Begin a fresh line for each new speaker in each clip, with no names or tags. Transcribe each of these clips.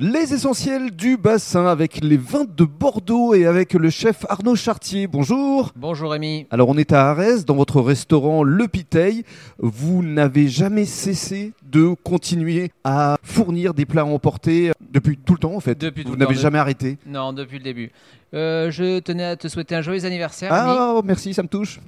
Les essentiels du bassin avec les vins de Bordeaux et avec le chef Arnaud Chartier. Bonjour.
Bonjour Rémi.
Alors on est à Arès dans votre restaurant Le Piteil. Vous n'avez jamais cessé de continuer à fournir des plats à emporter depuis tout le temps en fait.
Depuis tout
vous
le temps,
n'avez
de-
jamais arrêté.
Non, depuis le début. Euh, je tenais à te souhaiter un joyeux anniversaire. Rémi.
Ah merci, ça me touche.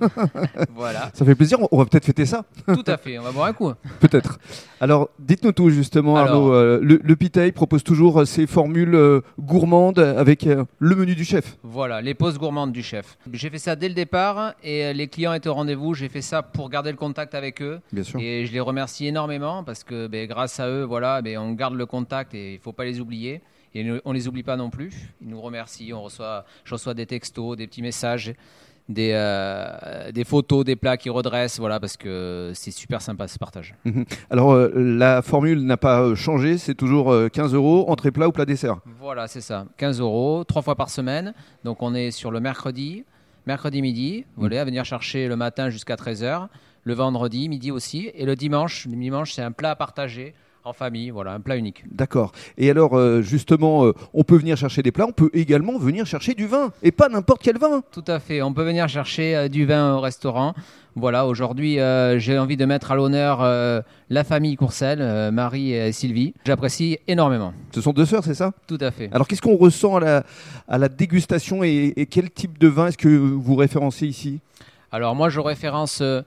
Voilà,
Ça fait plaisir. On va peut-être fêter ça.
tout à fait. On va boire un coup.
Peut-être. Alors, dites-nous tout justement,
Alors.
Arnaud. Euh, le, le Pitaille propose toujours euh, ses formules euh, gourmandes avec euh, le menu du chef.
Voilà, les pauses gourmandes du chef. J'ai fait ça dès le départ et euh, les clients étaient au rendez-vous. J'ai fait ça pour garder le contact avec eux
Bien sûr.
et je les remercie énormément parce que ben, grâce à eux, voilà, ben, on garde le contact et il faut pas les oublier. Et ne- on les oublie pas non plus. Ils nous remercient. On reçoit, je reçois des textos, des petits messages, des, euh, des photos, des plats qu'ils redressent. Voilà, parce que c'est super sympa ce partage.
Alors, euh, la formule n'a pas euh, changé. C'est toujours euh, 15 euros, entrée plat ou plat dessert.
Voilà, c'est ça. 15 euros, trois fois par semaine. Donc on est sur le mercredi, mercredi midi, vous voulez, à venir chercher le matin jusqu'à 13h, le vendredi midi aussi, et le dimanche, le dimanche c'est un plat à partager en famille, voilà, un plat unique.
D'accord. Et alors, euh, justement, euh, on peut venir chercher des plats. On peut également venir chercher du vin. Et pas n'importe quel vin.
Tout à fait, on peut venir chercher euh, du vin au restaurant. Voilà, aujourd'hui euh, j'ai envie de mettre à l'honneur euh, la famille Courcelles, euh, Marie et Sylvie. J'apprécie énormément,
Ce sont deux sœurs, c'est ça
tout à fait.
Alors, qu'est-ce qu'on ressent à la, à la dégustation et, et quel type de vin est-ce que vous référencez ici
Alors moi, je référence euh,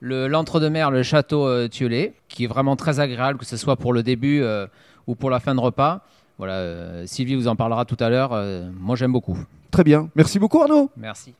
le l'entre-deux-mer, le château euh, Thieulay, qui est vraiment très agréable, que ce soit pour le début euh, ou pour la fin de repas. Voilà, euh, Sylvie vous en parlera tout à l'heure. euh, moi, j'aime beaucoup.
Très bien. Merci beaucoup, Arnaud.
Merci.